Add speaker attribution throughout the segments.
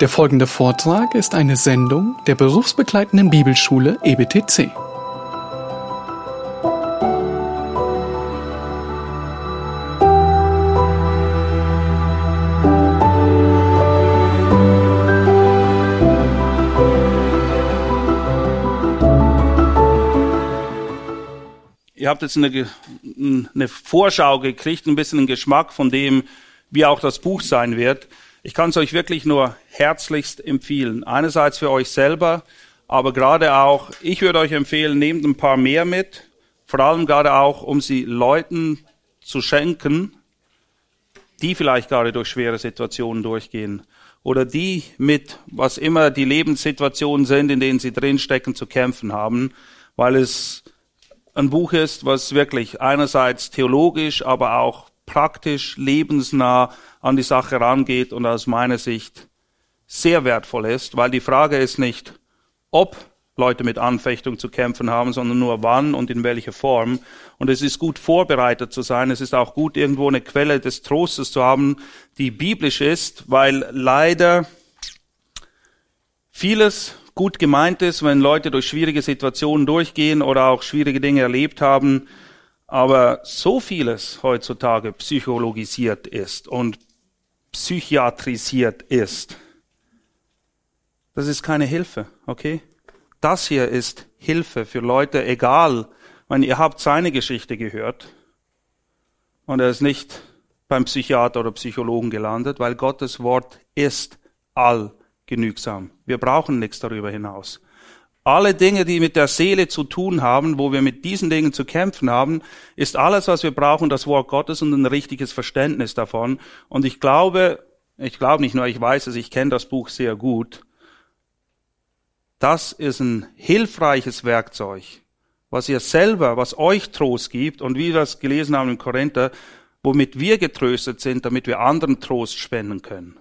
Speaker 1: Der folgende Vortrag ist eine Sendung der berufsbegleitenden Bibelschule E EBTC.
Speaker 2: Ihr habt jetzt eine, Ge- eine Vorschau gekriegt, ein bisschen einen Geschmack von dem, wie auch das Buch sein wird. Ich kann es euch wirklich nur herzlichst empfehlen. Einerseits für euch selber, aber gerade auch, ich würde euch empfehlen, nehmt ein paar mehr mit, vor allem gerade auch, um sie Leuten zu schenken, die vielleicht gerade durch schwere Situationen durchgehen oder die mit was immer die Lebenssituationen sind, in denen sie drinstecken, zu kämpfen haben, weil es ein Buch ist, was wirklich einerseits theologisch, aber auch praktisch, lebensnah an die Sache rangeht und aus meiner Sicht sehr wertvoll ist, weil die Frage ist nicht, ob Leute mit Anfechtung zu kämpfen haben, sondern nur wann und in welcher Form. Und es ist gut vorbereitet zu sein. Es ist auch gut, irgendwo eine Quelle des Trostes zu haben, die biblisch ist, weil leider vieles gut gemeint ist, wenn Leute durch schwierige Situationen durchgehen oder auch schwierige Dinge erlebt haben, aber so vieles heutzutage psychologisiert ist und psychiatrisiert ist. Das ist keine Hilfe, okay? Das hier ist Hilfe für Leute, egal, wenn ihr habt seine Geschichte gehört und er ist nicht beim Psychiater oder Psychologen gelandet, weil Gottes Wort ist allgenügsam. Wir brauchen nichts darüber hinaus. Alle Dinge, die mit der Seele zu tun haben, wo wir mit diesen Dingen zu kämpfen haben, ist alles, was wir brauchen, das Wort Gottes und ein richtiges Verständnis davon. Und ich glaube, ich glaube nicht nur, ich weiß es, ich kenne das Buch sehr gut. Das ist ein hilfreiches Werkzeug, was ihr selber, was euch Trost gibt und wie wir es gelesen haben in Korinther, womit wir getröstet sind, damit wir anderen Trost spenden können.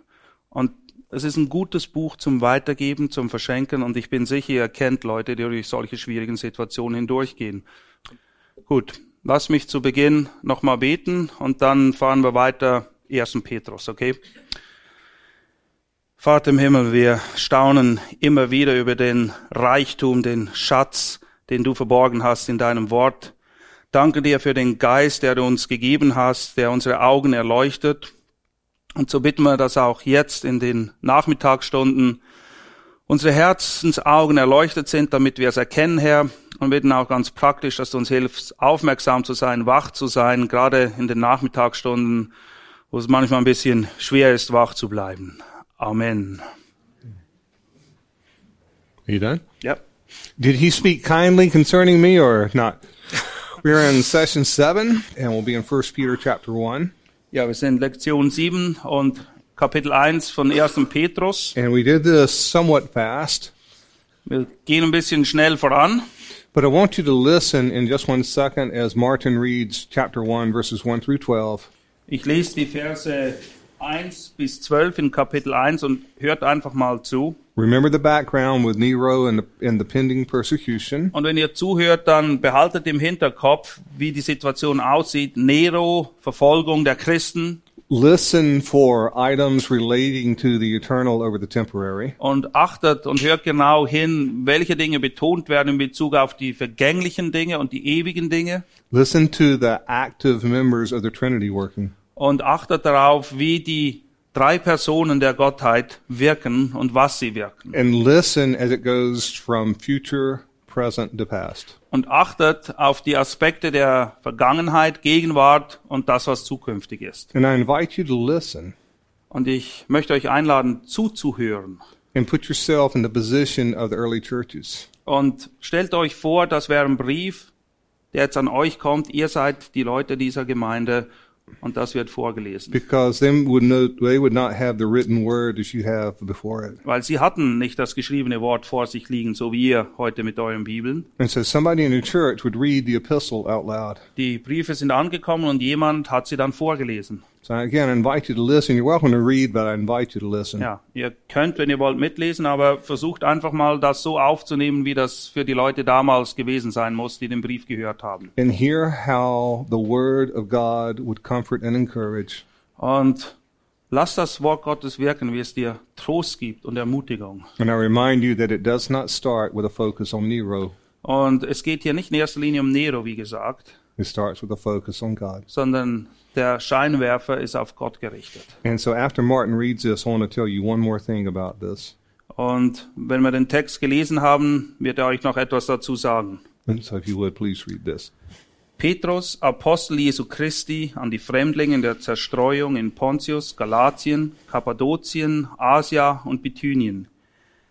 Speaker 2: Und es ist ein gutes Buch zum Weitergeben, zum Verschenken und ich bin sicher, ihr kennt Leute, die durch solche schwierigen Situationen hindurchgehen. Gut, lass mich zu Beginn nochmal beten und dann fahren wir weiter 1. Petrus, okay? Vater im Himmel, wir staunen immer wieder über den Reichtum, den Schatz, den du verborgen hast in deinem Wort. Danke dir für den Geist, der du uns gegeben hast, der unsere Augen erleuchtet. Und so bitten wir, dass auch jetzt in den Nachmittagsstunden unsere Herzensaugen erleuchtet sind, damit wir es erkennen, Herr. Und bitten auch ganz praktisch, dass du uns hilfst, aufmerksam zu sein, wach zu sein, gerade in den Nachmittagsstunden, wo es manchmal ein bisschen schwer ist, wach zu bleiben. Amen.
Speaker 3: Are you done?
Speaker 2: Ja.
Speaker 3: Did he speak kindly concerning me or not? We're in session seven, and we'll be in First Peter chapter one,
Speaker 2: Ja, wir sind Lektion 7 und Kapitel 1 von 1. Petrus.
Speaker 3: and we did this somewhat fast,
Speaker 2: Wir gehen ein bisschen schnell voran.
Speaker 3: but I want you to listen in just one second as Martin reads chapter one, verses one through twelve.
Speaker 2: Ich lese die Verse 1 bis 12 in Kapitel 1 und hört einfach mal zu.
Speaker 3: Remember the background with Nero and the, and the pending persecution.
Speaker 2: Und wenn ihr zuhört, dann behaltet im Hinterkopf, wie die Situation aussieht. Nero, Verfolgung der Christen
Speaker 3: Listen for items relating to the eternal over the temporary.
Speaker 2: und achtet und hört genau hin, welche Dinge betont werden in Bezug auf die vergänglichen Dinge und die ewigen Dinge.
Speaker 3: Listen to the active members of the Trinity working.
Speaker 2: und achtet darauf, wie die drei Personen der Gottheit wirken und was sie wirken.
Speaker 3: and listen as it goes from future, present to past.
Speaker 2: Und achtet auf die Aspekte der Vergangenheit, Gegenwart und das, was zukünftig ist.
Speaker 3: And I invite you to listen
Speaker 2: Und ich möchte euch einladen, zuzuhören.
Speaker 3: and put yourself in the position of the early churches.
Speaker 2: Und stellt euch vor, das wäre ein Brief, der jetzt an euch kommt. Ihr seid die Leute dieser Gemeinde und das wird vorgelesen.
Speaker 3: Because them would know they would not have the written word as you have before it.
Speaker 2: Weil sie hatten nicht das geschriebene Wort vor sich liegen, so wie ihr heute mit euren Bibeln.
Speaker 3: And so somebody in the church would read the epistle out loud.
Speaker 2: Die Briefe sind angekommen und jemand hat sie dann vorgelesen.
Speaker 3: So again I invite you to listen. You're welcome to read, but I invite you to listen.
Speaker 2: Ja, ihr könnt, wenn ihr wollt, mitlesen, aber versucht einfach mal, das so aufzunehmen, wie das für die Leute damals gewesen sein muss, die den Brief gehört haben.
Speaker 3: And hear how the word of God would comfort and encourage.
Speaker 2: Und lasst das Wort Gottes wirken, wie es dir Trost gibt und Ermutigung.
Speaker 3: And I remind you that it does not start with a focus on Nero.
Speaker 2: Und es geht hier nicht in erster Linie um Nero, wie gesagt,
Speaker 3: It starts with a focus on God.
Speaker 2: sondern der Scheinwerfer ist auf Gott gerichtet.
Speaker 3: And so after Martin reads this, I want to tell you one more thing about this.
Speaker 2: Und wenn wir den Text gelesen haben, wird er euch noch etwas dazu sagen.
Speaker 3: And so if you would, please read this.
Speaker 2: Petrus, Apostel Jesu Christi, an die Fremdlinge in der Zerstreuung in Pontius, Galatien, Kappadokien, Asia und Bithynien,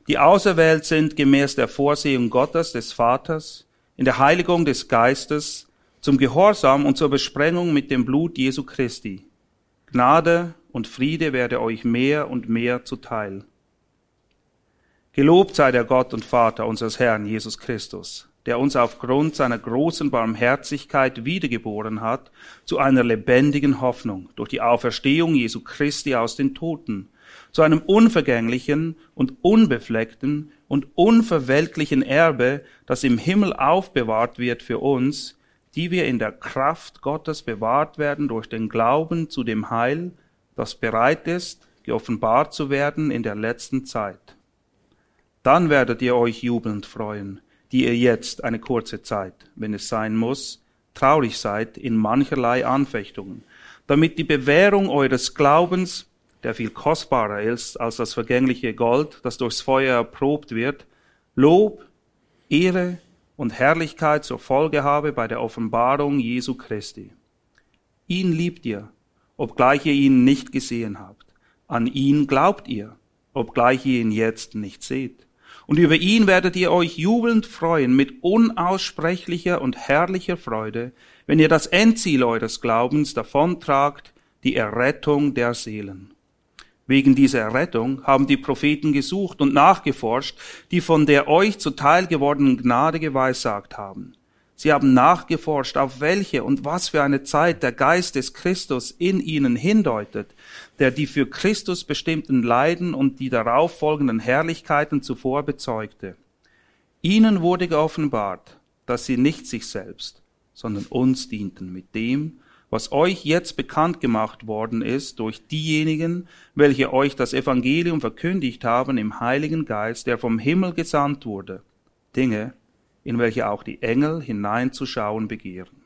Speaker 2: die auserwählt sind gemäß der Vorsehung Gottes des Vaters, in der Heiligung des Geistes, zum Gehorsam und zur Besprengung mit dem Blut Jesu Christi. Gnade und Friede werde euch mehr und mehr zuteil. Gelobt sei der Gott und Vater unseres Herrn Jesus Christus, der uns aufgrund seiner großen Barmherzigkeit wiedergeboren hat zu einer lebendigen Hoffnung durch die Auferstehung Jesu Christi aus den Toten, zu einem unvergänglichen und unbefleckten und unverweltlichen Erbe, das im Himmel aufbewahrt wird für uns, die wir in der Kraft Gottes bewahrt werden durch den Glauben zu dem Heil, das bereit ist, geoffenbart zu werden in der letzten Zeit dann werdet ihr euch jubelnd freuen, die ihr jetzt eine kurze Zeit, wenn es sein muss, traurig seid in mancherlei Anfechtungen, damit die Bewährung eures Glaubens, der viel kostbarer ist als das vergängliche Gold, das durchs Feuer erprobt wird, Lob, Ehre und Herrlichkeit zur Folge habe bei der Offenbarung Jesu Christi. Ihn liebt ihr, obgleich ihr ihn nicht gesehen habt. An ihn glaubt ihr, obgleich ihr ihn jetzt nicht seht. Und über ihn werdet ihr euch jubelnd freuen mit unaussprechlicher und herrlicher Freude, wenn ihr das Endziel eures Glaubens davontragt, die Errettung der Seelen. Wegen dieser Errettung haben die Propheten gesucht und nachgeforscht, die von der euch zuteil gewordenen Gnade geweissagt haben. Sie haben nachgeforscht, auf welche und was für eine Zeit der Geist des Christus in ihnen hindeutet, der die für Christus bestimmten Leiden und die darauf folgenden Herrlichkeiten zuvor bezeugte. Ihnen wurde geoffenbart, dass sie nicht sich selbst, sondern uns dienten mit dem, was euch jetzt bekannt gemacht worden ist durch diejenigen, welche euch das Evangelium verkündigt haben im Heiligen Geist, der vom Himmel gesandt wurde. Dinge, in welche auch die Engel hineinzuschauen begehren.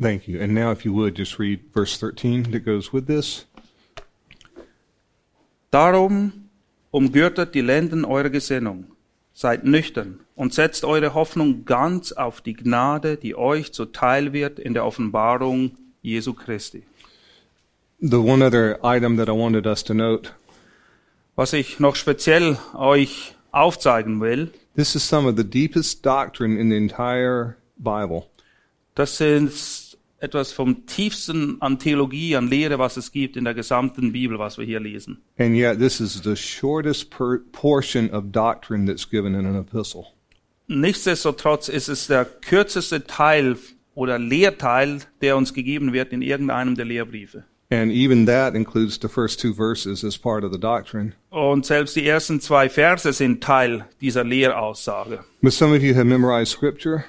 Speaker 3: Thank you. And now, if you would, just read verse 13 that goes with this.
Speaker 2: Darum umgürtet die Lenden eure Gesinnung, seid nüchtern und setzt eure Hoffnung ganz auf die Gnade, die euch zuteil wird in der Offenbarung Jesu Christi.
Speaker 3: The one other item that I wanted us to note
Speaker 2: Was ich noch speziell euch aufzeigen will,
Speaker 3: this is some of the deepest doctrine in the entire Bible.
Speaker 2: das ist etwas vom tiefsten an Theologie, an Lehre, was es gibt in der gesamten Bibel, was wir hier lesen.
Speaker 3: And yet, this is the shortest per- portion of doctrine that's given in an epistle.
Speaker 2: Nichtsdestotrotz ist es der kürzeste Teil oder Lehrteil, der uns gegeben wird in irgendeinem der Lehrbriefe.
Speaker 3: And even that includes the first two verses as part of the doctrine.
Speaker 2: Und selbst die ersten zwei Verse sind Teil dieser Lehraussage.
Speaker 3: But some of you have memorized scripture.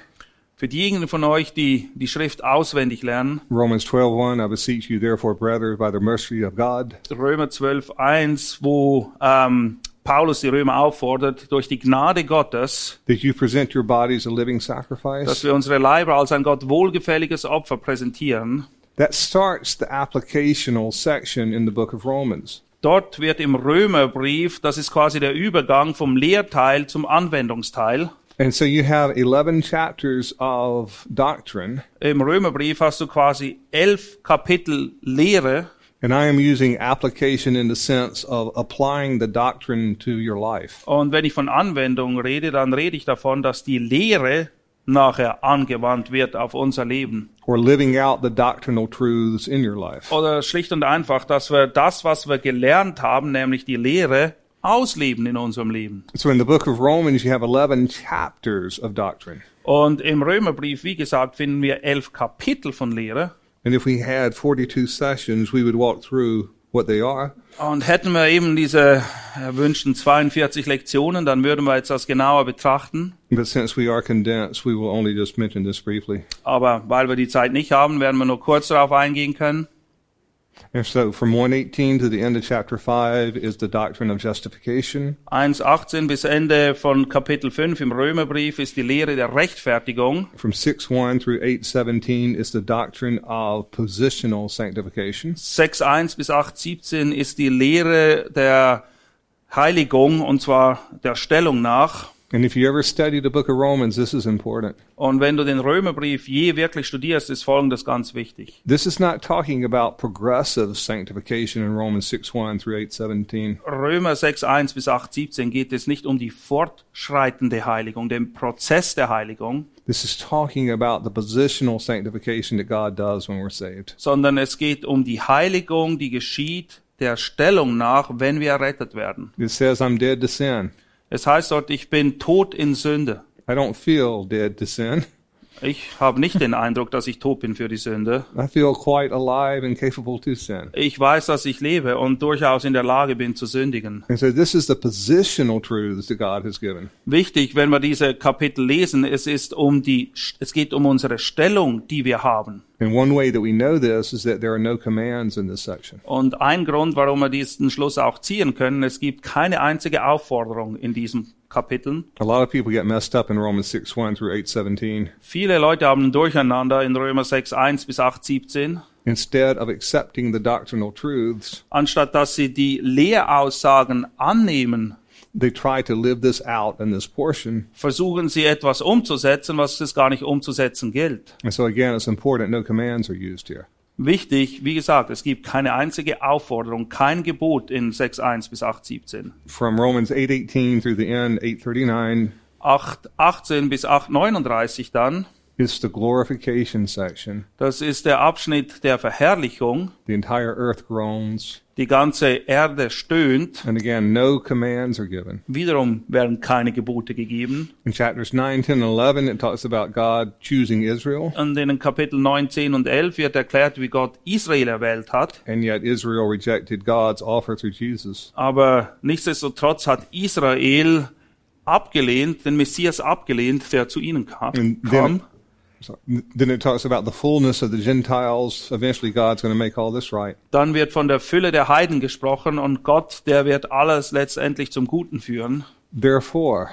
Speaker 2: Für diejenigen von euch, die die Schrift auswendig lernen,
Speaker 3: Romans 12:1 I beseech you therefore brethren by the mercy of God
Speaker 2: Römer 12, 1, wo ähm, Paulus die Römer auffordert, durch die Gnade Gottes,
Speaker 3: that you present your bodies a living
Speaker 2: dass
Speaker 3: sacrifice.
Speaker 2: wir unsere Leiber als ein Gott wohlgefälliges Opfer präsentieren.
Speaker 3: That starts the applicational section in the book of Romans.
Speaker 2: Dort wird im Römerbrief, das ist quasi der Übergang vom Lehrteil zum Anwendungsteil,
Speaker 3: And so you have 11 chapters of doctrine,
Speaker 2: im Römerbrief hast du quasi elf Kapitel Lehre,
Speaker 3: and I am using application in the sense of applying the doctrine to your life.
Speaker 2: Und wenn ich von Anwendung rede, dann rede ich davon, dass die Lehre nachher angewandt wird auf unser Leben.
Speaker 3: or living out the doctrinal truths in your life.
Speaker 2: Oder schlicht und einfach, dass wir das, was wir gelernt haben, nämlich die Lehre, ausleben in unserem Leben.
Speaker 3: So in the book of Romans, you have 11 chapters of doctrine.
Speaker 2: Und im Römerbrief, wie gesagt, finden wir elf Kapitel von Lehre.
Speaker 3: And if we had 42 sessions, we would walk through what they are.
Speaker 2: Und hätten wir eben diese erwünschten 42 Lektionen, dann würden wir jetzt das genauer betrachten.
Speaker 3: But since we are condensed, we will only just mention this briefly.
Speaker 2: Aber weil wir die Zeit nicht haben, werden wir nur kurz darauf eingehen können.
Speaker 3: And so from 118 to the end of chapter 5 is the doctrine of justification.
Speaker 2: 1.18 bis Ende von Kapitel 5 im Römerbrief ist die Lehre der Rechtfertigung.
Speaker 3: From 6.1 through 8.17 is the doctrine of positional sanctification.
Speaker 2: 6.1 bis 8.17 ist die Lehre der Heiligung und zwar der Stellung nach.
Speaker 3: And if you ever study the book of Romans, this is important.
Speaker 2: Und wenn du den Römerbrief je wirklich studierst, ist Folgendes ganz wichtig.
Speaker 3: This is not talking about progressive sanctification in Romans 6.1 through 8.17.
Speaker 2: Römer 6.1 bis 8.17 geht es nicht um die fortschreitende Heiligung, den Prozess der Heiligung,
Speaker 3: This is talking about the positional sanctification that God does when we're saved.
Speaker 2: sondern es geht um die Heiligung, die geschieht der Stellung nach, wenn wir errettet werden.
Speaker 3: It says, I'm dead to sin.
Speaker 2: Es heißt dort, ich bin tot in Sünde.
Speaker 3: I don't feel dead to sin.
Speaker 2: Ich habe nicht den Eindruck, dass ich tot bin für die Sünde.
Speaker 3: I feel quite alive and capable to sin.
Speaker 2: Ich weiß, dass ich lebe und durchaus in der Lage bin zu sündigen.
Speaker 3: And so this is the positional truths that God has given.
Speaker 2: Wichtig, wenn wir diese Kapitel lesen, es ist um die, es geht um unsere Stellung, die wir haben.
Speaker 3: And one way that we know this is that there are no commands in this section.
Speaker 2: Und ein Grund, warum wir diesen Schluss auch ziehen können, es gibt keine einzige Aufforderung in diesem Kapitel.
Speaker 3: A lot of people get messed up in Romans 6 1 through 8 17.
Speaker 2: Viele Leute haben ein Durcheinander in Römer 6.1 bis 8.17.
Speaker 3: Instead of accepting the doctrinal truths,
Speaker 2: Anstatt dass sie die Lehraussagen annehmen,
Speaker 3: they try to live this out in this portion.
Speaker 2: versuchen sie etwas umzusetzen, was es gar nicht umzusetzen gilt.
Speaker 3: And so again, it's important no commands are used here.
Speaker 2: Wichtig, wie gesagt, es gibt keine einzige Aufforderung, kein Gebot in 6.1 bis 8.17.
Speaker 3: From Romans 8 18 through the end, 8 39,
Speaker 2: 8.18 bis 8.39 dann,
Speaker 3: it's the glorification section.
Speaker 2: das ist der Abschnitt der Verherrlichung.
Speaker 3: The entire earth groans.
Speaker 2: Die ganze Erde stöhnt.
Speaker 3: And again, no commands are given.
Speaker 2: Wiederum werden keine Gebote gegeben.
Speaker 3: In chapters 9, 10, and 11, it talks about God choosing Israel,
Speaker 2: Und in den Kapitel 9, 10 und 11 wird erklärt, wie Gott Israel erwählt hat.
Speaker 3: and yet Israel rejected God's offer through Jesus.
Speaker 2: Aber nichtsdestotrotz hat Israel abgelehnt, den Messias abgelehnt, der zu ihnen kam.
Speaker 3: And
Speaker 2: kam.
Speaker 3: then, sorry, then it talks about the fullness of the Gentiles. Eventually, God's going to make all this right.
Speaker 2: Dann wird von der Fülle der Heiden gesprochen und Gott, der wird alles letztendlich zum Guten führen.
Speaker 3: Therefore,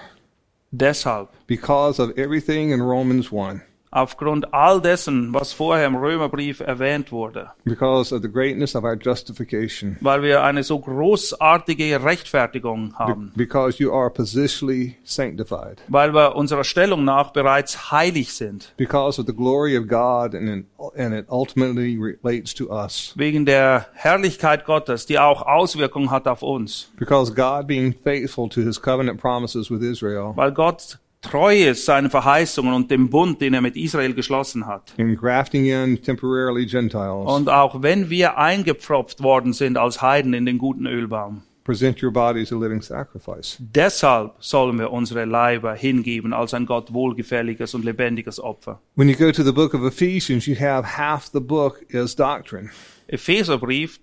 Speaker 2: Deshalb,
Speaker 3: because of everything in Romans 1,
Speaker 2: aufgrund all dessen, was vorher im Römerbrief erwähnt wurde,
Speaker 3: because of the greatness of our justification,
Speaker 2: weil wir eine so großartige Rechtfertigung haben.
Speaker 3: because you are positionally sanctified,
Speaker 2: weil wir unserer Stellung nach bereits heilig sind,
Speaker 3: because of the glory of God, and, and it ultimately relates to us,
Speaker 2: wegen der Herrlichkeit Gottes, die auch Auswirkungen hat auf uns,
Speaker 3: because God being faithful to his covenant promises with Israel.
Speaker 2: weil Gott treu ist seinen Verheißungen und dem Bund, den er mit Israel geschlossen hat.
Speaker 3: in grafting in temporarily Gentiles.
Speaker 2: Und auch wenn wir eingepfropft worden sind als Heiden in den guten Ölbaum,
Speaker 3: present your bodies a living sacrifice.
Speaker 2: deshalb sollen wir unsere Leiber hingeben als ein Gott wohlgefälliges und lebendiges Opfer.
Speaker 3: When you go to the book of Ephesians, you have half the book is doctrine.
Speaker 2: Epheserbrief,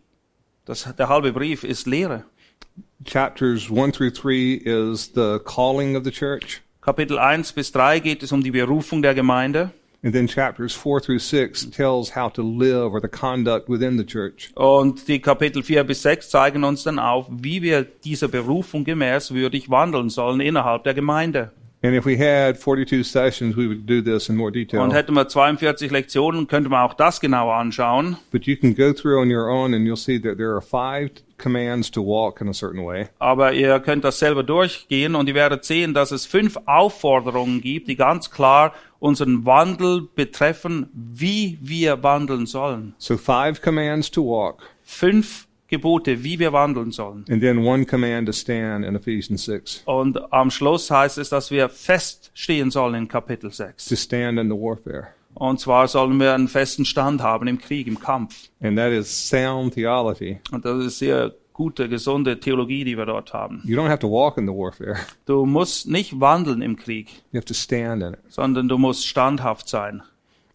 Speaker 2: das, der halbe Brief ist Lehre.
Speaker 3: Chapters 1 through 3 is the calling of the church.
Speaker 2: Kapitel 1 bis 3 geht es um die Berufung der Gemeinde.
Speaker 3: And then chapters 4 through 6 tells how to live or the conduct within the church.
Speaker 2: Und die Kapitel 4 bis 6 zeigen uns dann auf, wie wir dieser Berufung gemäß würdig wandeln sollen innerhalb der Gemeinde.
Speaker 3: And if we had 42 sessions, we would do this in more
Speaker 2: Und
Speaker 3: detail.
Speaker 2: hätten wir 42 Lektionen, könnte man auch das genauer anschauen.
Speaker 3: But you can go through on your own and you'll see that there are five commands to walk in a certain way.
Speaker 2: Aber ihr könnt das selber durchgehen und ihr werdet sehen, dass es fünf Aufforderungen gibt, die ganz klar unseren Wandel betreffen, wie wir wandeln sollen.
Speaker 3: So five commands to walk
Speaker 2: Fünf Gebote, wie wir wandeln sollen.
Speaker 3: and then one command to stand in Ephesians 6.
Speaker 2: Und am Schluss heißt es, dass wir feststehen sollen in Kapitel 6.
Speaker 3: to stand in the warfare.
Speaker 2: Und zwar sollen wir einen festen Stand haben im Krieg, im Kampf.
Speaker 3: And that is sound theology.
Speaker 2: Und das ist sehr gute, gesunde Theologie, die wir dort haben.
Speaker 3: You don't have to walk in the warfare.
Speaker 2: Du musst nicht wandeln im Krieg,
Speaker 3: You have to stand in it.
Speaker 2: sondern du musst standhaft sein.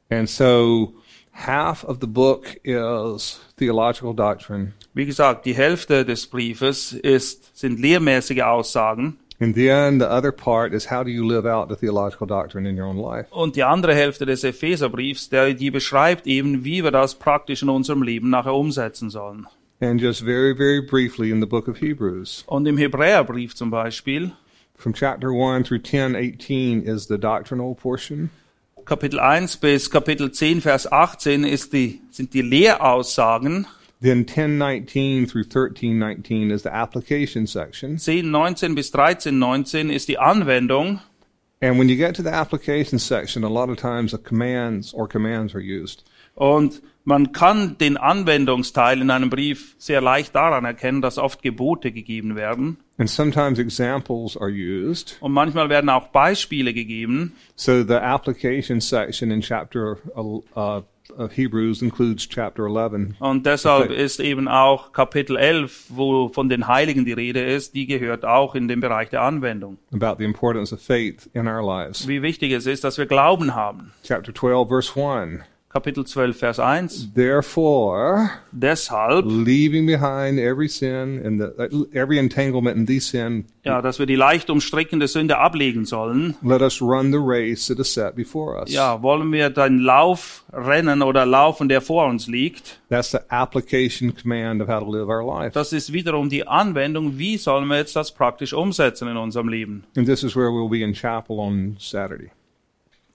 Speaker 3: And so half of the book is theological doctrine.
Speaker 2: Wie gesagt, die Hälfte des Briefes ist, sind lehrmäßige Aussagen.
Speaker 3: And And then the other part is how do you live out the theological doctrine in your own life?
Speaker 2: Und die andere Hälfte des Epheserbriefs, der, die beschreibt eben, wie wir das praktisch in unserem Leben nachher umsetzen sollen.
Speaker 3: And just very, very briefly in the book of Hebrews,
Speaker 2: Und im Hebräerbrief zum Beispiel,
Speaker 3: from chapter 1 through 10, 18 is the doctrinal portion.
Speaker 2: Kapitel 1 bis Kapitel 10, Vers 18, ist die, sind die Lehraussagen.
Speaker 3: Then 10:19 through 13:19 is the application section.
Speaker 2: 10, 19 bis 13, 19 ist die Anwendung.
Speaker 3: And when you get to the application section, a lot of times the commands or commands are used.
Speaker 2: Und man kann den Anwendungsteil in einem Brief sehr leicht daran erkennen, dass oft Gebote gegeben werden.
Speaker 3: And sometimes examples are used.
Speaker 2: Und manchmal werden auch Beispiele gegeben.
Speaker 3: So the application section in chapter el- uh, of Hebrews includes chapter 11.
Speaker 2: Und deshalb
Speaker 3: Okay.
Speaker 2: ist eben auch Kapitel 11, wo von den Heiligen die Rede ist, die gehört auch in den Bereich der Anwendung.
Speaker 3: about the importance of faith in our lives.
Speaker 2: Wie wichtig es ist, dass wir Glauben haben.
Speaker 3: Chapter 12, verse 1.
Speaker 2: Kapitel 12, Vers 1.
Speaker 3: Therefore,
Speaker 2: Deshalb,
Speaker 3: leaving behind every sin and the, every entanglement in the sin,
Speaker 2: ja, dass wir die leicht umstrickende Sünde ablegen sollen,
Speaker 3: let us run the race that is set before us.
Speaker 2: ja, wollen wir den Lauf rennen oder laufen, der vor uns liegt.
Speaker 3: That's the application command of how to live our life.
Speaker 2: Das ist wiederum die Anwendung, wie sollen wir jetzt das praktisch umsetzen in unserem Leben.
Speaker 3: And this is where we'll be in chapel on Saturday.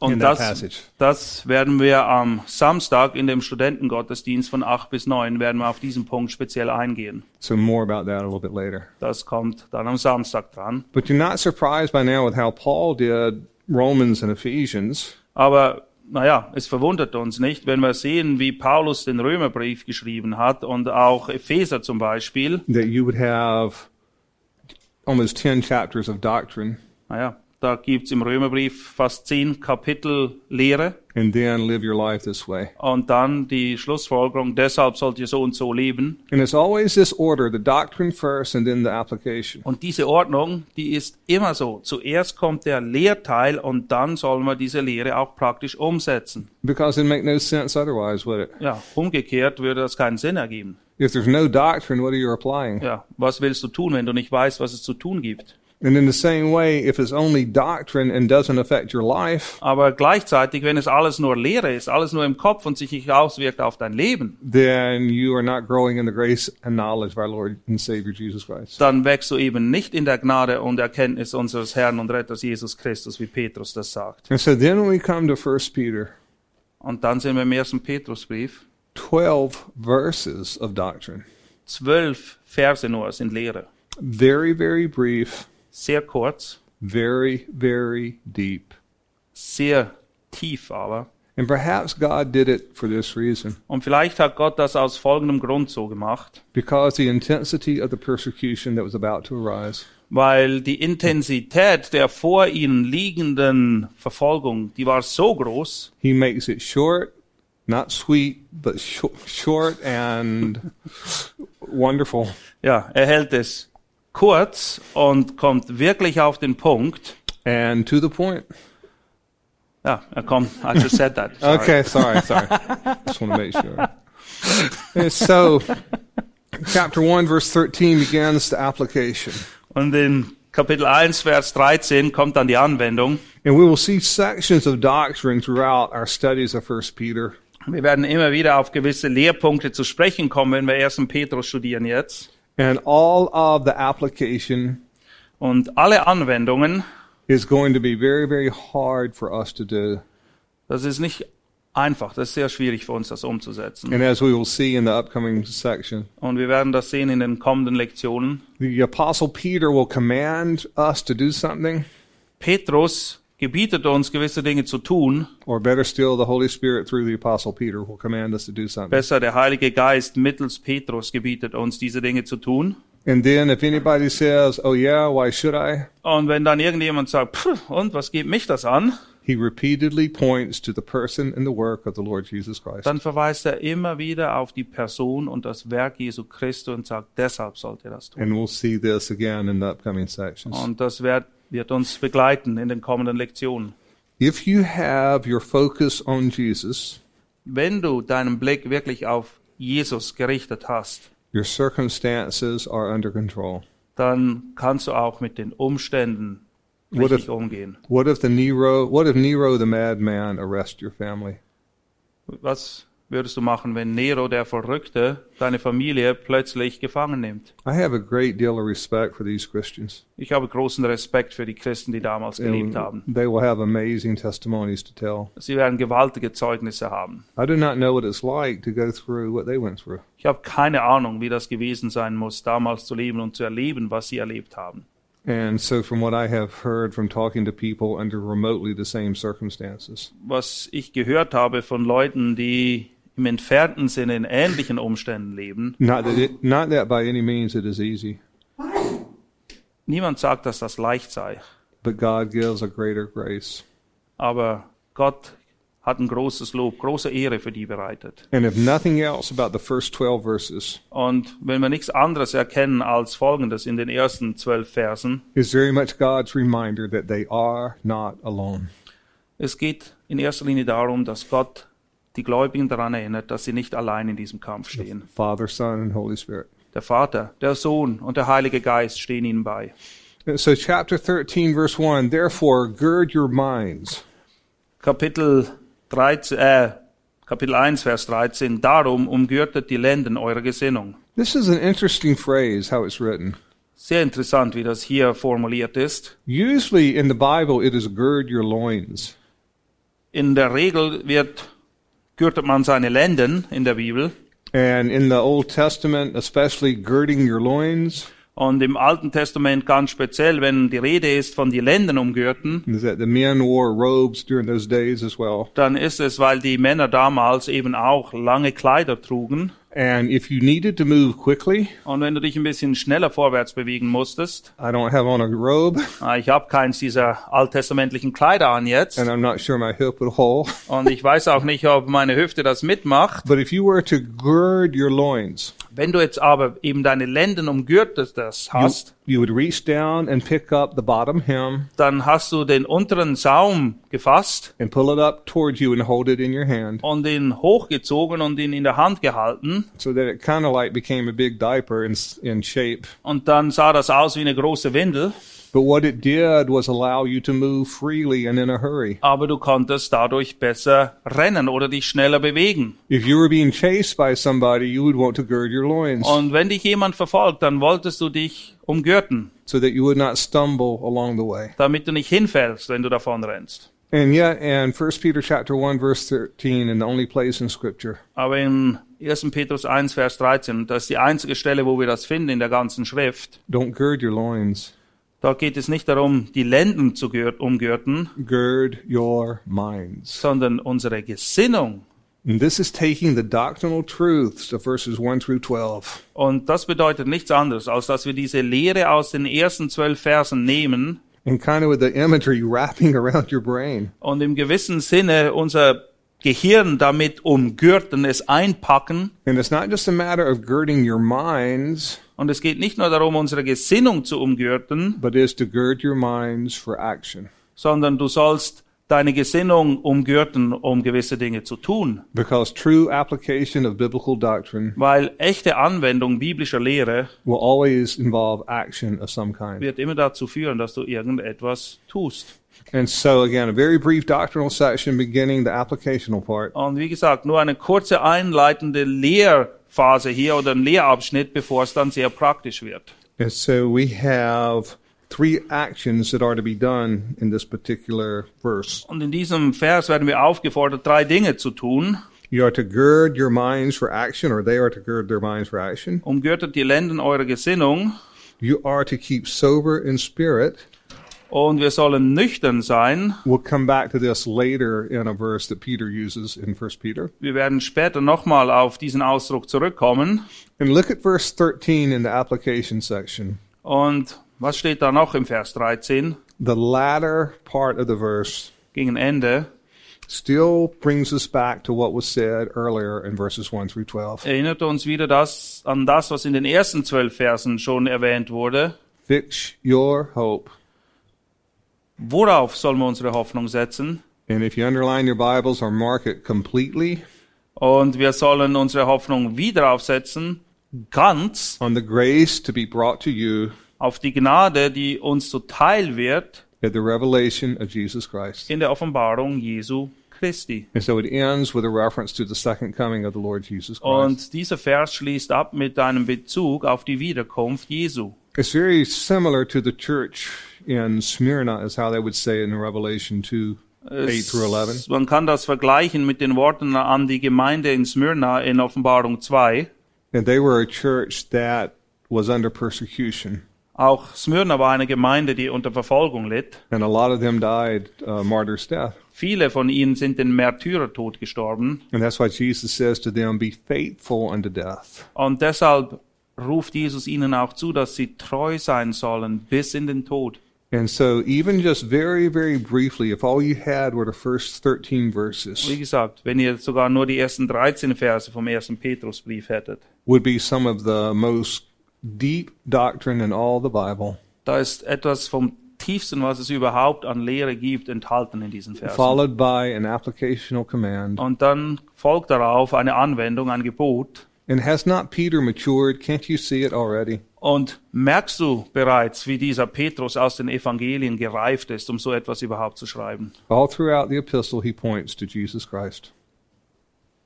Speaker 3: In
Speaker 2: Und das,
Speaker 3: that passage.
Speaker 2: das werden wir am Samstag in dem Studentengottesdienst von 8 bis 9 werden wir auf diesen Punkt speziell eingehen.
Speaker 3: So more about that a little bit later.
Speaker 2: Das kommt dann am Samstag dran.
Speaker 3: But you're not surprised by now with how Paul did Romans and Ephesians.
Speaker 2: Aber naja, es verwundert uns nicht, wenn wir sehen, wie Paulus den Römerbrief geschrieben hat und auch Epheser zum Beispiel.
Speaker 3: that you would have almost 10 chapters of doctrine
Speaker 2: Naja, da gibt's im Römerbrief fast zehn Kapitel Lehre
Speaker 3: and then live your life this way.
Speaker 2: und dann die Schlussfolgerung, deshalb sollt ihr so und so leben.
Speaker 3: And it's always this order the doctrine first and then the application.
Speaker 2: Und diese Ordnung, die ist immer so. Zuerst kommt der Lehrteil und dann sollen wir diese Lehre auch praktisch umsetzen.
Speaker 3: Because it'd make no sense otherwise, would it?
Speaker 2: Ja, umgekehrt würde das keinen Sinn ergeben.
Speaker 3: If there's no doctrine, what are you applying?
Speaker 2: Ja, was willst du tun, wenn du nicht weißt, was es zu tun gibt?
Speaker 3: And in the same way, if it's only doctrine and doesn't affect your life,
Speaker 2: Aber gleichzeitig, wenn es alles nur Leere ist, alles nur im Kopf und sich nicht auswirkt auf dein Leben,
Speaker 3: then you are not growing in the grace and knowledge of our Lord and Savior Jesus Christ.
Speaker 2: dann wächst du eben nicht in der Gnade und Erkenntnis unseres Herrn und Retters Jesus Christus, wie Petrus das sagt.
Speaker 3: And so then when we come to 1 Peter,
Speaker 2: Und dann sind wir im ersten Petrusbrief.
Speaker 3: 12 verses of doctrine,
Speaker 2: Zwölf Verse nur sind Leere.
Speaker 3: very, very brief,
Speaker 2: Sehr kurz,
Speaker 3: very, very deep.
Speaker 2: sehr tief aber.
Speaker 3: And perhaps God did it for this reason
Speaker 2: Und vielleicht hat Gott das aus folgendem Grund so gemacht,
Speaker 3: because the intensity of the persecution that was about to arise
Speaker 2: weil die Intensität der vor ihnen liegenden Verfolgung, die war so groß,
Speaker 3: he makes it short not sweet but sh- short and wonderful
Speaker 2: Ja, er hält es kurz und kommt wirklich auf den Punkt.
Speaker 3: and to the point
Speaker 2: Ja, er kommt. I just said that. Sorry.
Speaker 3: okay sorry sorry just want to make sure and so chapter 1 verse 13 begins the application
Speaker 2: Und in Kapitel 1, Vers 13 kommt dann die Anwendung.
Speaker 3: and we will see sections of doctrine throughout our studies of first peter
Speaker 2: Wir werden immer wieder auf gewisse Lehrpunkte zu sprechen kommen, wenn wir 1. Petrus studieren jetzt.
Speaker 3: and all of the application
Speaker 2: Und alle Anwendungen,
Speaker 3: is going to be very, very hard for us to do.
Speaker 2: das ist nicht einfach, das ist sehr schwierig für uns, das umzusetzen.
Speaker 3: And as we will see in the upcoming section,
Speaker 2: Und wir werden das sehen in den kommenden Lektionen.
Speaker 3: the Apostle Peter will command us to do something,
Speaker 2: Petrus gebietet uns, gewisse Dinge zu tun.
Speaker 3: or better still, the Holy Spirit through the Apostle Peter will command us to do something.
Speaker 2: Besser, der Heilige Geist mittels Petrus gebietet uns, diese Dinge zu tun.
Speaker 3: And then if anybody says, oh yeah, why should I?
Speaker 2: Und wenn dann irgendjemand sagt, "Pff, und was geht mich das an?
Speaker 3: He repeatedly points to the person and the work of the Lord Jesus Christ.
Speaker 2: Dann verweist er immer wieder auf die Person und das Werk Jesu Christi und sagt, deshalb sollt ihr das tun.
Speaker 3: And we'll see this again in the upcoming sections.
Speaker 2: Und das wird, wird uns begleiten in den kommenden Lektionen.
Speaker 3: If you have your focus on Jesus,
Speaker 2: Wenn du deinen Blick wirklich auf Jesus gerichtet hast,
Speaker 3: your circumstances are under control.
Speaker 2: dann kannst du auch mit den Umständen
Speaker 3: What
Speaker 2: richtig
Speaker 3: if-
Speaker 2: umgehen.
Speaker 3: What if the Nero? What if Nero the madman arrest your family?
Speaker 2: Was würdest du machen, wenn Nero, der Verrückte, deine Familie plötzlich gefangen nimmt?
Speaker 3: I have a great deal of respect for these Christians.
Speaker 2: Ich habe großen Respekt für die Christen, die damals gelebt
Speaker 3: And
Speaker 2: haben.
Speaker 3: they will have amazing testimonies to tell.
Speaker 2: Sie werden gewaltige Zeugnisse haben.
Speaker 3: I do not know what it's like to go through what they went through.
Speaker 2: Ich habe keine Ahnung, wie das gewesen sein muss, damals zu leben und zu erleben, was sie erlebt haben.
Speaker 3: And so, from what I have heard from talking to people under remotely the same circumstances,
Speaker 2: Was ich gehört habe von Leuten, die im entfernten Sinne in ähnlichen Umständen leben,
Speaker 3: not that it, not that by any means it is easy,
Speaker 2: niemand sagt, dass das leicht sei.
Speaker 3: but God gives a greater grace.
Speaker 2: Aber Gott hat ein großes Lob, große Ehre für die bereitet.
Speaker 3: And if nothing else about the first 12 verses,
Speaker 2: Und wenn wir nichts anderes erkennen als Folgendes in den ersten zwölf Versen,
Speaker 3: is very much God's reminder that they are not alone.
Speaker 2: es geht in erster Linie darum, dass Gott die Gläubigen daran erinnert, dass sie nicht allein in diesem Kampf stehen.
Speaker 3: Father, Son, and Holy Spirit.
Speaker 2: Der Vater, der Sohn und der Heilige Geist stehen ihnen bei.
Speaker 3: And so, chapter 13, verse 1 Therefore, gird your minds.
Speaker 2: Kapitel 13, äh, Kapitel 1, Vers 13. Darum umgürtet die Lenden eure Gesinnung.
Speaker 3: This is an interesting phrase, how it's written.
Speaker 2: Sehr interessant, wie das hier formuliert ist.
Speaker 3: Usually in the Bible, it is gird your loins.
Speaker 2: In der Regel wird, gürtet man seine Lenden in der Bibel.
Speaker 3: And in the Old Testament, especially girding your loins,
Speaker 2: Und im Alten Testament ganz speziell, wenn die Rede ist von die Lenden umgürten,
Speaker 3: is that the men wore robes during those days as well.
Speaker 2: dann ist es, weil die Männer damals eben auch lange Kleider trugen.
Speaker 3: And if you needed to move quickly,
Speaker 2: Und wenn du dich ein bisschen schneller vorwärts bewegen musstest,
Speaker 3: I don't have on a robe,
Speaker 2: Ah, Ich habe keins dieser alttestamentlichen Kleider an jetzt
Speaker 3: and I'm not sure my hip would hold.
Speaker 2: und ich weiß auch nicht, ob meine Hüfte das mitmacht.
Speaker 3: But if you were to gird your loins,
Speaker 2: Wenn du jetzt aber eben deine Lenden umgürtet das
Speaker 3: you,
Speaker 2: hast,
Speaker 3: you would reach down and pick up the bottom hem
Speaker 2: dann hast du den unteren Saum gefasst
Speaker 3: and pull it up towards you and hold it in your hand,
Speaker 2: und ihn hochgezogen und ihn in der Hand gehalten
Speaker 3: so that it kind of like became a big diaper in, s- in shape.
Speaker 2: und dann sah das aus wie eine große Windel,
Speaker 3: But what it did was allow you to move freely and in a hurry.
Speaker 2: aber du konntest dadurch besser rennen oder dich schneller bewegen.
Speaker 3: If you were being chased by somebody, you would want to gird your loins
Speaker 2: Und wenn dich jemand verfolgt, dann wolltest du dich umgürten,
Speaker 3: so that you would not stumble along the way.
Speaker 2: damit du nicht hinfällst, wenn du davon rennst.
Speaker 3: And yet, in 1 Peter chapter 1 verse 13, and the only place in scripture,
Speaker 2: Aber in 1. Petrus 1, Vers 13, das ist die einzige Stelle, wo wir das finden in der ganzen Schrift.
Speaker 3: don't gird your loins,
Speaker 2: Da geht es nicht darum, die Lenden zu gür- umgürten,
Speaker 3: gird your minds.
Speaker 2: sondern unsere Gesinnung.
Speaker 3: And this is taking the doctrinal truths of verses 1 through 12
Speaker 2: Und das bedeutet nichts anderes, als dass wir diese Lehre aus den ersten zwölf Versen nehmen
Speaker 3: and kind of with the imagery wrapping around your brain.
Speaker 2: und im gewissen Sinne unser Gehirn damit umgürten, es einpacken.
Speaker 3: And it's not just a matter of girding your minds,
Speaker 2: Und es geht nicht nur darum, unsere Gesinnung zu umgürten,
Speaker 3: but is to gird your minds for action.
Speaker 2: sondern du sollst deine Gesinnung umgürten, um gewisse Dinge zu tun.
Speaker 3: Because true application of biblical doctrine
Speaker 2: Weil echte Anwendung biblischer Lehre
Speaker 3: will always involve action of some kind.
Speaker 2: wird immer dazu führen, dass du irgendetwas tust.
Speaker 3: And so, again, a very brief doctrinal section beginning the applicational part.
Speaker 2: Und wie gesagt, nur eine kurze einleitende Lehrphase hier oder ein Lehrabschnitt, bevor es dann sehr praktisch wird.
Speaker 3: And so we have three actions that are to be done in this particular verse.
Speaker 2: Und in diesem Vers werden wir aufgefordert, drei Dinge zu tun.
Speaker 3: You are to gird your minds for action, or they are to gird their minds for action.
Speaker 2: Umgürtet die Lenden eurer Gesinnung
Speaker 3: You are to keep sober in spirit.
Speaker 2: und wir sollen nüchtern sein.
Speaker 3: We'll come back to this later in a verse that Peter uses in First Peter.
Speaker 2: Wir werden später nochmal auf diesen Ausdruck zurückkommen.
Speaker 3: And look at verse 13 in the application section.
Speaker 2: Und was steht da noch im Vers 13
Speaker 3: The latter part of the verse
Speaker 2: gegen Ende?
Speaker 3: still brings us back to what was said earlier in verses 1 through 12.
Speaker 2: erinnerte uns wieder das, an das, was in den ersten zwölf Versen schon erwähnt wurde.
Speaker 3: Fix your hope.
Speaker 2: Worauf sollen wir unsere Hoffnung setzen?
Speaker 3: And if you underline your Bibles or mark it completely
Speaker 2: Und wir sollen unsere Hoffnung wieder aufsetzen, ganz
Speaker 3: on the grace to be brought to you
Speaker 2: auf die Gnade, die uns zuteil wird
Speaker 3: at the revelation of Jesus Christ.
Speaker 2: in der Offenbarung Jesu Christi.
Speaker 3: And so it ends with a reference to the second coming of the Lord Jesus Christ.
Speaker 2: Und dieser Vers schließt ab mit einem Bezug auf die Wiederkunft Jesu.
Speaker 3: It's very similar to the church in Smyrna, is how they would say in Revelation 2 8 through 11.
Speaker 2: Es, man kann das vergleichen mit den Worten an die Gemeinde in Smyrna in Offenbarung 2.
Speaker 3: And they were a church that was under persecution.
Speaker 2: Auch Smyrna war eine Gemeinde, die unter Verfolgung litt.
Speaker 3: And a lot of them died uh, martyr's death.
Speaker 2: Viele von ihnen sind den Märtyrertod gestorben.
Speaker 3: And that's why Jesus says to them, Be faithful unto death.
Speaker 2: Und deshalb ruft Jesus ihnen auch zu, dass sie treu sein sollen bis in den Tod.
Speaker 3: And so, even just very, very briefly, if all you had were the first 13
Speaker 2: Wie
Speaker 3: verses,
Speaker 2: gesagt, wenn ihr sogar nur die ersten 13 Verse vom ersten Petrusbrief hättet,
Speaker 3: would be some of the most deep doctrine in all the Bible,
Speaker 2: da ist etwas vom tiefsten, was es überhaupt an Lehre gibt, enthalten in diesen Versen.
Speaker 3: followed by an applicational command.
Speaker 2: Und dann folgt darauf eine Anwendung, ein Gebot.
Speaker 3: And has not Peter matured? Can't you see it already?
Speaker 2: Und merkst du bereits, wie dieser Petrus aus den Evangelien gereift ist, um so etwas überhaupt zu schreiben?
Speaker 3: All throughout the epistle, he points to Jesus Christ.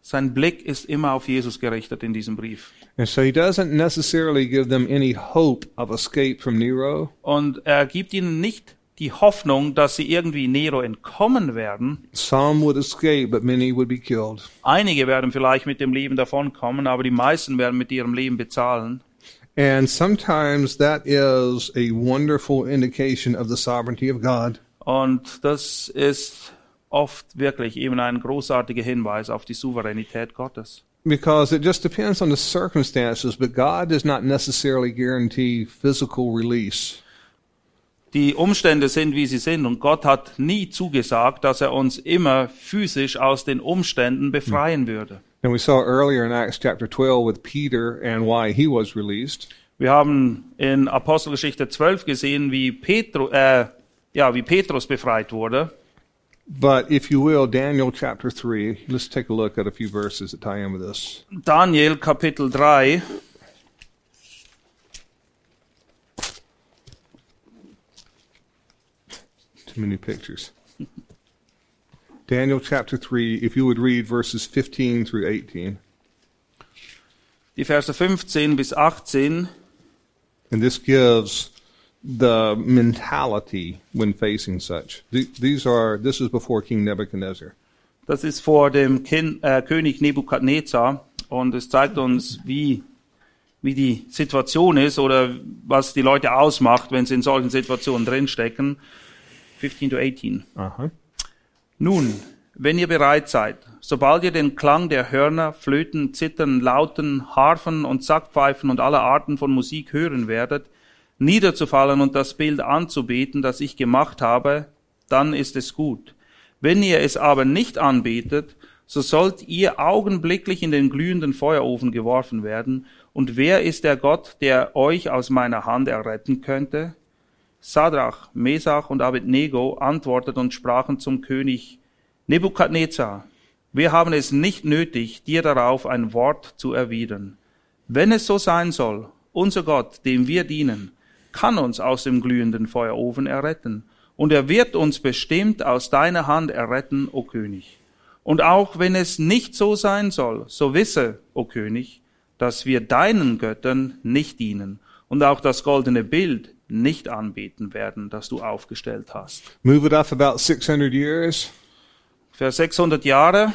Speaker 2: Sein Blick ist immer auf Jesus gerichtet in diesem Brief.
Speaker 3: And so, he doesn't necessarily give them any hope of escape from Nero.
Speaker 2: Und er gibt ihnen nicht die Hoffnung, dass sie irgendwie Nero entkommen werden.
Speaker 3: Some would escape, but many would be killed.
Speaker 2: Einige werden vielleicht mit dem Leben davonkommen, aber die meisten werden mit ihrem Leben bezahlen.
Speaker 3: And sometimes that is a wonderful indication of the sovereignty of God.
Speaker 2: Und das ist oft wirklich eben ein großartiger Hinweis auf die Souveränität Gottes.
Speaker 3: Because it just depends on the circumstances, but God does not necessarily guarantee physical release.
Speaker 2: Die Umstände sind, wie sie sind, und Gott hat nie zugesagt, dass er uns immer physisch aus den Umständen befreien würde.
Speaker 3: And we saw earlier in Acts chapter 12 with Peter and why he was released.
Speaker 2: Wir haben in Apostelgeschichte 12 gesehen, wie, Petru, äh, ja, wie Petrus befreit wurde.
Speaker 3: But if you will, Daniel chapter 3, let's take a look at a few verses that tie in with this.
Speaker 2: Daniel Kapitel 3.
Speaker 3: Too many pictures. Daniel chapter 3, if you would read verses 15 through 18.
Speaker 2: Die Verse 15 bis 18,
Speaker 3: And this gives the mentality when facing such. Th- These are this is before King Nebuchadnezzar.
Speaker 2: das ist vor dem Kin, äh, König Nebukadnezar und es zeigt uns, wie, wie die Situation ist oder was die Leute ausmacht, wenn sie in solchen Situationen drinstecken. 15 to 18.
Speaker 3: Uh-huh.
Speaker 2: Nun, wenn ihr bereit seid, sobald ihr den Klang der Hörner, Flöten, Zittern, Lauten, Harfen und Sackpfeifen und aller Arten von Musik hören werdet, niederzufallen und das Bild anzubeten, das ich gemacht habe, dann ist es gut. Wenn ihr es aber nicht anbetet, so sollt ihr augenblicklich in den glühenden Feuerofen geworfen werden. Und wer ist der Gott, der euch aus meiner Hand erretten könnte? Sadrach, Mesach und Abednego antworteten und sprachen zum König Nebukadnezar, wir haben es nicht nötig, dir darauf ein Wort zu erwidern. Wenn es so sein soll, unser Gott, dem wir dienen, kann uns aus dem glühenden Feuerofen erretten, und er wird uns bestimmt aus deiner Hand erretten, o König. Und auch wenn es nicht so sein soll, so wisse, o König, dass wir deinen Göttern nicht dienen und auch das goldene Bild nicht anbeten werden, das du aufgestellt hast.
Speaker 3: Move it up about 600 years.
Speaker 2: Für 600 Jahre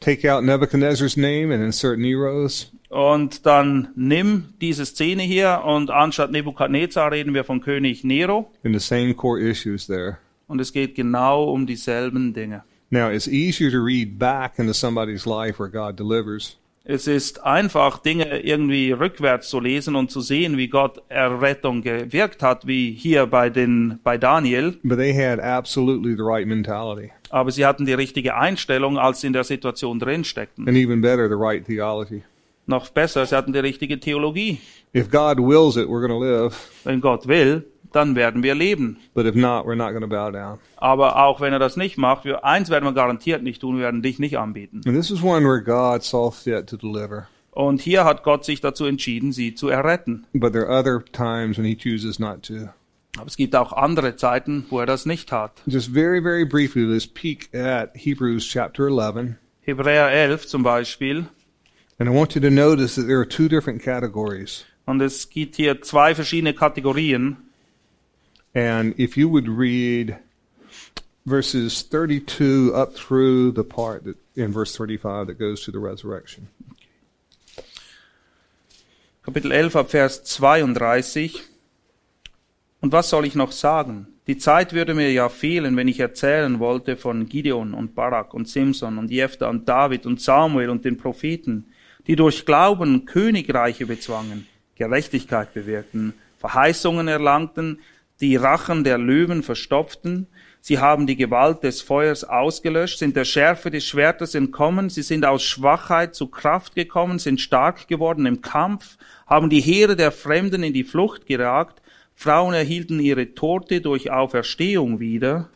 Speaker 3: Take out Nebuchadnezzar's name and insert Nero's.
Speaker 2: und dann nimm diese Szene hier und anstatt Nebukadnezar reden wir von König Nero
Speaker 3: And the same core issues there.
Speaker 2: und es geht genau um dieselben Dinge.
Speaker 3: Now it's easier to read back into somebody's life where God delivers.
Speaker 2: Es ist einfach, Dinge irgendwie rückwärts zu lesen und zu sehen, wie Gott Errettung gewirkt hat, wie hier bei, den, bei Daniel.
Speaker 3: But they had absolutely the right mentality.
Speaker 2: aber sie hatten die richtige Einstellung, als sie in der Situation drin steckten.
Speaker 3: And even better, the right theology.
Speaker 2: Noch besser, sie hatten die richtige Theologie.
Speaker 3: If God wills it, we're going to live.
Speaker 2: Wenn Gott will, dann werden wir leben.
Speaker 3: But if not, we're not going to bow down.
Speaker 2: Aber auch wenn er das nicht macht, wir eins werden wir garantiert nicht tun, wir werden dich nicht anbeten.
Speaker 3: And this is one where God saw fit to deliver.
Speaker 2: Und hier hat Gott sich dazu entschieden, sie zu erretten.
Speaker 3: But there are other times when he chooses not to.
Speaker 2: Aber es gibt auch andere Zeiten, wo er das nicht hat.
Speaker 3: Just very, very briefly, let's peek at Hebrews chapter 11.
Speaker 2: Hebräer 11 zum Beispiel.
Speaker 3: And I want you to notice that there are two different categories.
Speaker 2: Und es gibt hier zwei verschiedene Kategorien.
Speaker 3: And if you would read verses 32 up through the part that, in verse 35 that goes to the resurrection.
Speaker 2: Kapitel 11 ab Vers 32. Und was soll ich noch sagen? Die Zeit würde mir ja fehlen, wenn ich erzählen wollte von Gideon und Barak und Simson und Jephthah und David und Samuel und den Propheten, die durch Glauben Königreiche bezwangen, Gerechtigkeit bewirkten, Verheißungen erlangten, die Rachen der Löwen verstopften, sie haben die Gewalt des Feuers ausgelöscht, sind der Schärfe des Schwertes entkommen, sie sind aus Schwachheit zu Kraft gekommen, sind stark geworden im Kampf, haben die Heere der Fremden in die Flucht geragt, Frauen erhielten ihre Tote durch Auferstehung wieder.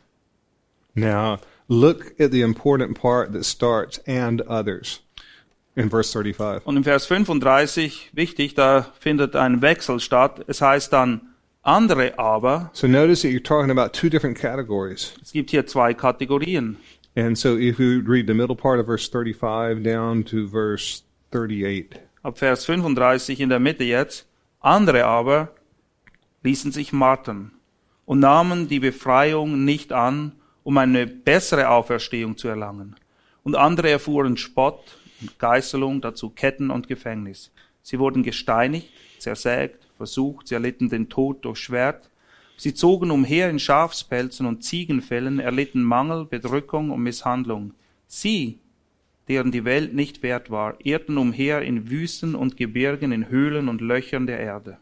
Speaker 3: Now, look at the important part that starts and others in verse 35.
Speaker 2: Und im Vers 35, wichtig, da findet ein Wechsel statt. Es heißt dann andere aber.
Speaker 3: So notice that you're talking about two different categories.
Speaker 2: Es gibt hier zwei Kategorien.
Speaker 3: And so if you read the middle part of verse 35 down to verse 38.
Speaker 2: Ab Vers 35 in der Mitte jetzt. Andere aber ließen sich martern und nahmen die Befreiung nicht an, um eine bessere Auferstehung zu erlangen. Und andere erfuhren Spott und Geißelung, dazu Ketten und Gefängnis. Sie wurden gesteinigt, zersägt, versucht, sie erlitten den Tod durch Schwert. Sie zogen umher in Schafspelzen und Ziegenfällen, erlitten Mangel, Bedrückung und Misshandlung. Sie, deren die Welt nicht wert war, irrten umher in Wüsten und Gebirgen, in Höhlen und Löchern der Erde.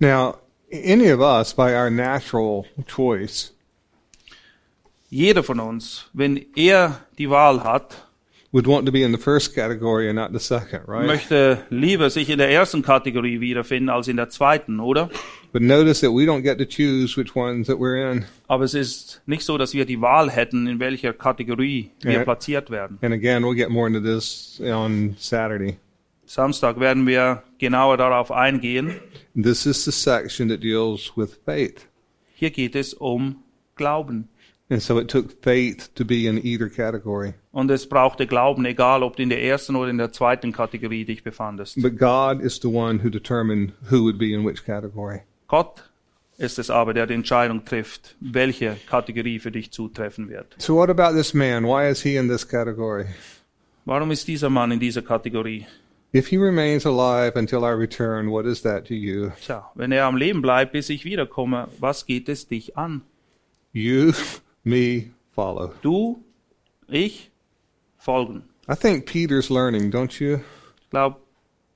Speaker 3: Now, any of us, by our natural choice,
Speaker 2: Jeder von uns, wenn er die Wahl hat,
Speaker 3: would want to be in the first category and not the second, right?
Speaker 2: möchte lieber sich in der ersten Kategorie wiederfinden als in der zweiten, oder?
Speaker 3: But notice that we don't get to choose which ones that we're in.
Speaker 2: Aber es ist nicht so, dass wir die Wahl hätten, in welcher Kategorie wir
Speaker 3: Ja.
Speaker 2: platziert werden.
Speaker 3: And again, we'll get more into this on Saturday.
Speaker 2: Samstag werden wir genauer darauf eingehen.
Speaker 3: This is the section that deals with faith.
Speaker 2: Hier geht es um Glauben.
Speaker 3: And so it took faith to be in either category.
Speaker 2: Und es brauchte Glauben, egal ob du in der ersten oder in der zweiten Kategorie dich befandest.
Speaker 3: But God is the one who determined who would be in which category.
Speaker 2: Gott ist es aber, der die Entscheidung trifft, welche Kategorie für dich zutreffen wird.
Speaker 3: So what about this man? Why is he in this category?
Speaker 2: Warum ist dieser Mann in dieser Kategorie?
Speaker 3: If he remains alive until I return, what is that to you?
Speaker 2: Tja, wenn er am Leben bleibt, bis ich wiederkomme, was geht es dich an?
Speaker 3: You, me, follow.
Speaker 2: Du, ich, folgen.
Speaker 3: I think Peter's learning, don't you?
Speaker 2: Ich glaube,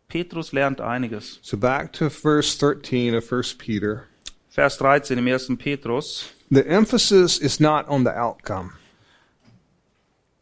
Speaker 2: Petrus lernt einiges.
Speaker 3: So back to verse 13 of 1 Peter.
Speaker 2: Vers 13 im 1. Petrus.
Speaker 3: The emphasis is not on the outcome.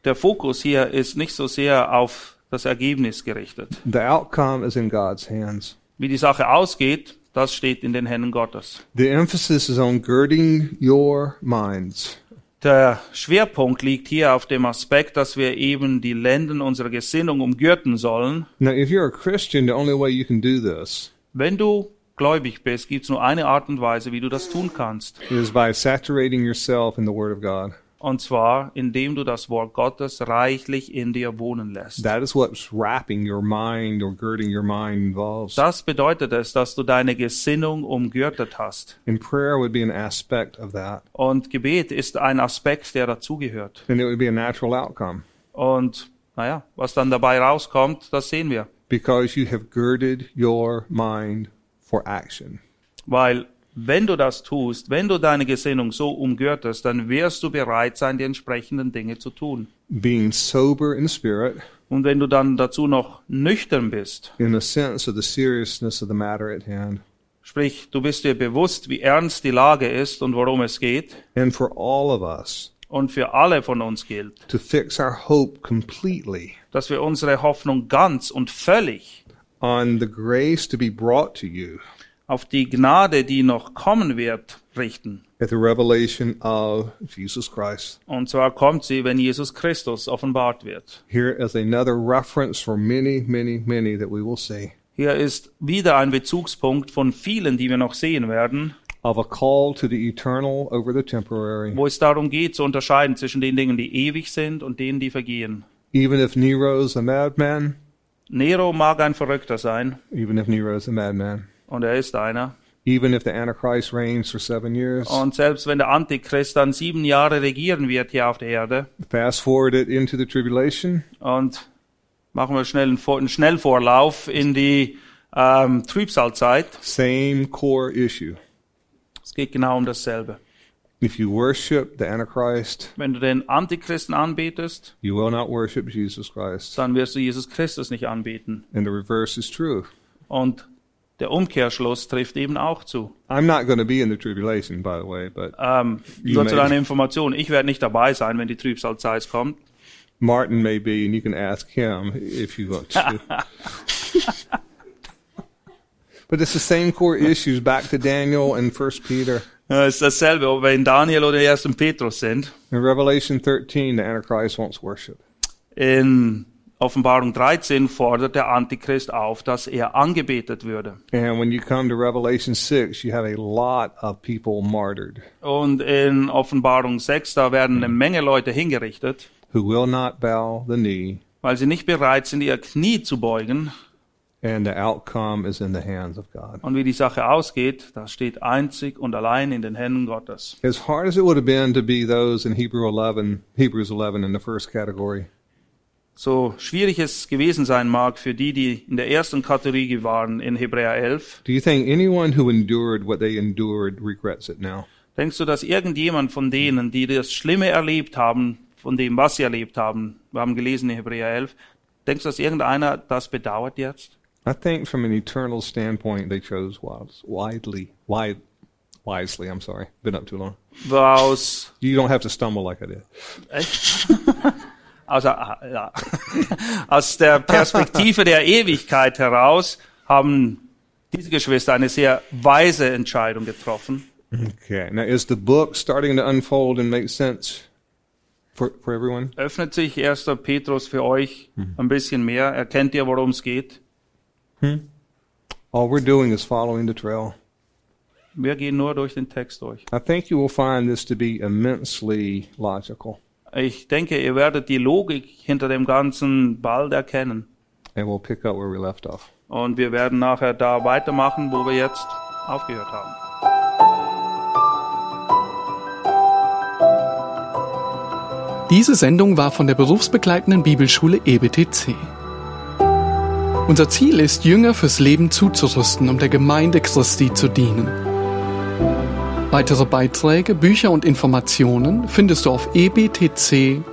Speaker 2: Der Fokus hier ist nicht so sehr auf das Ergebnis gerichtet.
Speaker 3: The outcome is in God's hands.
Speaker 2: Wie die Sache ausgeht, das steht in den Händen Gottes.
Speaker 3: The emphasis is on girding your minds.
Speaker 2: Der Schwerpunkt liegt hier auf dem Aspekt, dass wir eben die Lenden unserer Gesinnung umgürten sollen.
Speaker 3: Now, if you're a Christian, the only way you can do this
Speaker 2: Wenn du gläubig bist, gibt es nur eine Art und Weise, wie du das tun kannst.
Speaker 3: is by saturating yourself in the Word of God.
Speaker 2: Und zwar, indem du das Wort Gottes reichlich in dir wohnen lässt.
Speaker 3: That is what's wrapping your mind or girding your mind involves.
Speaker 2: Das bedeutet es, dass du deine Gesinnung umgürtet hast.
Speaker 3: And prayer would be an aspect of that.
Speaker 2: Und Gebet ist ein Aspekt, der dazugehört.
Speaker 3: And it would be a natural outcome
Speaker 2: Und naja, was dann dabei rauskommt, das sehen wir.
Speaker 3: because you have girded your mind for action.
Speaker 2: Weil wenn du das tust, wenn du deine Gesinnung so umgürtest, dann wirst du bereit sein, die entsprechenden Dinge zu tun.
Speaker 3: Being sober in spirit
Speaker 2: Und wenn du dann dazu noch nüchtern bist,
Speaker 3: in the sense of the seriousness of the matter at hand.
Speaker 2: sprich, du bist dir bewusst, wie ernst die Lage ist und worum es geht,
Speaker 3: And for all of us
Speaker 2: und für alle von uns gilt,
Speaker 3: to fix our hope completely
Speaker 2: dass wir unsere Hoffnung ganz und völlig
Speaker 3: on the grace to be brought to you
Speaker 2: auf die Gnade, die noch kommen wird, richten.
Speaker 3: at the revelation of Jesus Christ.
Speaker 2: Und zwar kommt sie, wenn Jesus Christus offenbart wird.
Speaker 3: Here is another reference for many, many, many that we will see
Speaker 2: Hier ist wieder ein Bezugspunkt von vielen, die wir noch sehen werden,
Speaker 3: of a call to the eternal over the temporary.
Speaker 2: wo es darum geht zu unterscheiden zwischen den Dingen, die ewig sind und denen, die vergehen.
Speaker 3: Even if Nero's a madman,
Speaker 2: Nero mag ein Verrückter sein,
Speaker 3: even if Nero's a madman,
Speaker 2: und er ist einer.
Speaker 3: even if the Antichrist reigns for seven years,
Speaker 2: Und selbst wenn der Antichrist dann sieben Jahre regieren wird hier auf der Erde,
Speaker 3: fast forward it into the tribulation,
Speaker 2: und machen wir schnell einen, Vor einen Schnellvorlauf in die ähm, Trübsalzeit,
Speaker 3: same core issue.
Speaker 2: es geht genau um dasselbe.
Speaker 3: If you worship the Antichrist,
Speaker 2: Wenn du den Antichristen anbetest,
Speaker 3: you will not worship Jesus Christ.
Speaker 2: dann wirst du Jesus Christus nicht anbeten.
Speaker 3: And the reverse is true.
Speaker 2: Und der Umkehrschluss trifft eben auch zu.
Speaker 3: I'm not going to be in the tribulation, by the way, but
Speaker 2: Ähm, nur zu
Speaker 3: Amen.
Speaker 2: deiner Information, ich werde nicht dabei sein, wenn die Trübsalzeit kommt.
Speaker 3: Martin may be, and you can ask him if you want to. but it's the same core issues back to Daniel and First Peter.
Speaker 2: Es ist dasselbe, ob wir in Daniel oder 1. Petrus sind.
Speaker 3: In Revelation 13, the Antichrist wants worship.
Speaker 2: In Offenbarung 13 fordert der Antichrist auf, dass er angebetet würde.
Speaker 3: And when you come to Revelation 6, you have a lot of people martyred
Speaker 2: Und in Offenbarung 6, da werden eine Menge Leute hingerichtet,
Speaker 3: who will not bow the knee,
Speaker 2: weil sie nicht bereit sind, ihr Knie zu beugen.
Speaker 3: and the outcome is in the hands of God.
Speaker 2: Und wie die Sache ausgeht, das steht einzig und allein in den Händen Gottes.
Speaker 3: As hard as it would have been to be those in Hebrew 11, Hebrews 11 in the first category,
Speaker 2: so schwierig es gewesen sein mag für die, die in der ersten Kategorie waren in Hebräer 11,
Speaker 3: do you think anyone who endured what they endured regrets it now?
Speaker 2: denkst du, dass irgendjemand von denen, die das Schlimme erlebt haben, von dem, was sie erlebt haben, wir haben gelesen in Hebräer 11, denkst du, dass irgendeiner das bedauert jetzt?
Speaker 3: I think from an eternal standpoint, they chose wise, widely, wide, wisely. I'm sorry, been up too long.
Speaker 2: Aus,
Speaker 3: You don't have to stumble like I did.
Speaker 2: echt? aus, ah, ja. aus der Perspektive der Ewigkeit heraus haben diese Geschwister eine sehr weise Entscheidung getroffen.
Speaker 3: Okay. Now, is the book starting to unfold and make sense for for everyone?
Speaker 2: öffnet sich 1. Petrus für euch ein bisschen mehr. Erkennt ihr, worum es geht?
Speaker 3: All we're doing is following the trail.
Speaker 2: Wir gehen nur durch den Text durch.
Speaker 3: I think you will find this to be immensely logical
Speaker 2: Ich denke, ihr werdet die Logik hinter dem Ganzen bald erkennen.
Speaker 3: and we'll pick up where we left off.
Speaker 2: Und wir werden nachher da weitermachen, wo wir jetzt aufgehört haben.
Speaker 1: Diese Sendung war von der berufsbegleitenden Bibelschule E EBTC. Unser Ziel ist, Jünger fürs Leben zuzurüsten, um der Gemeinde Christi zu dienen. Weitere Beiträge, E Bücher und Informationen findest du auf ebtc.org.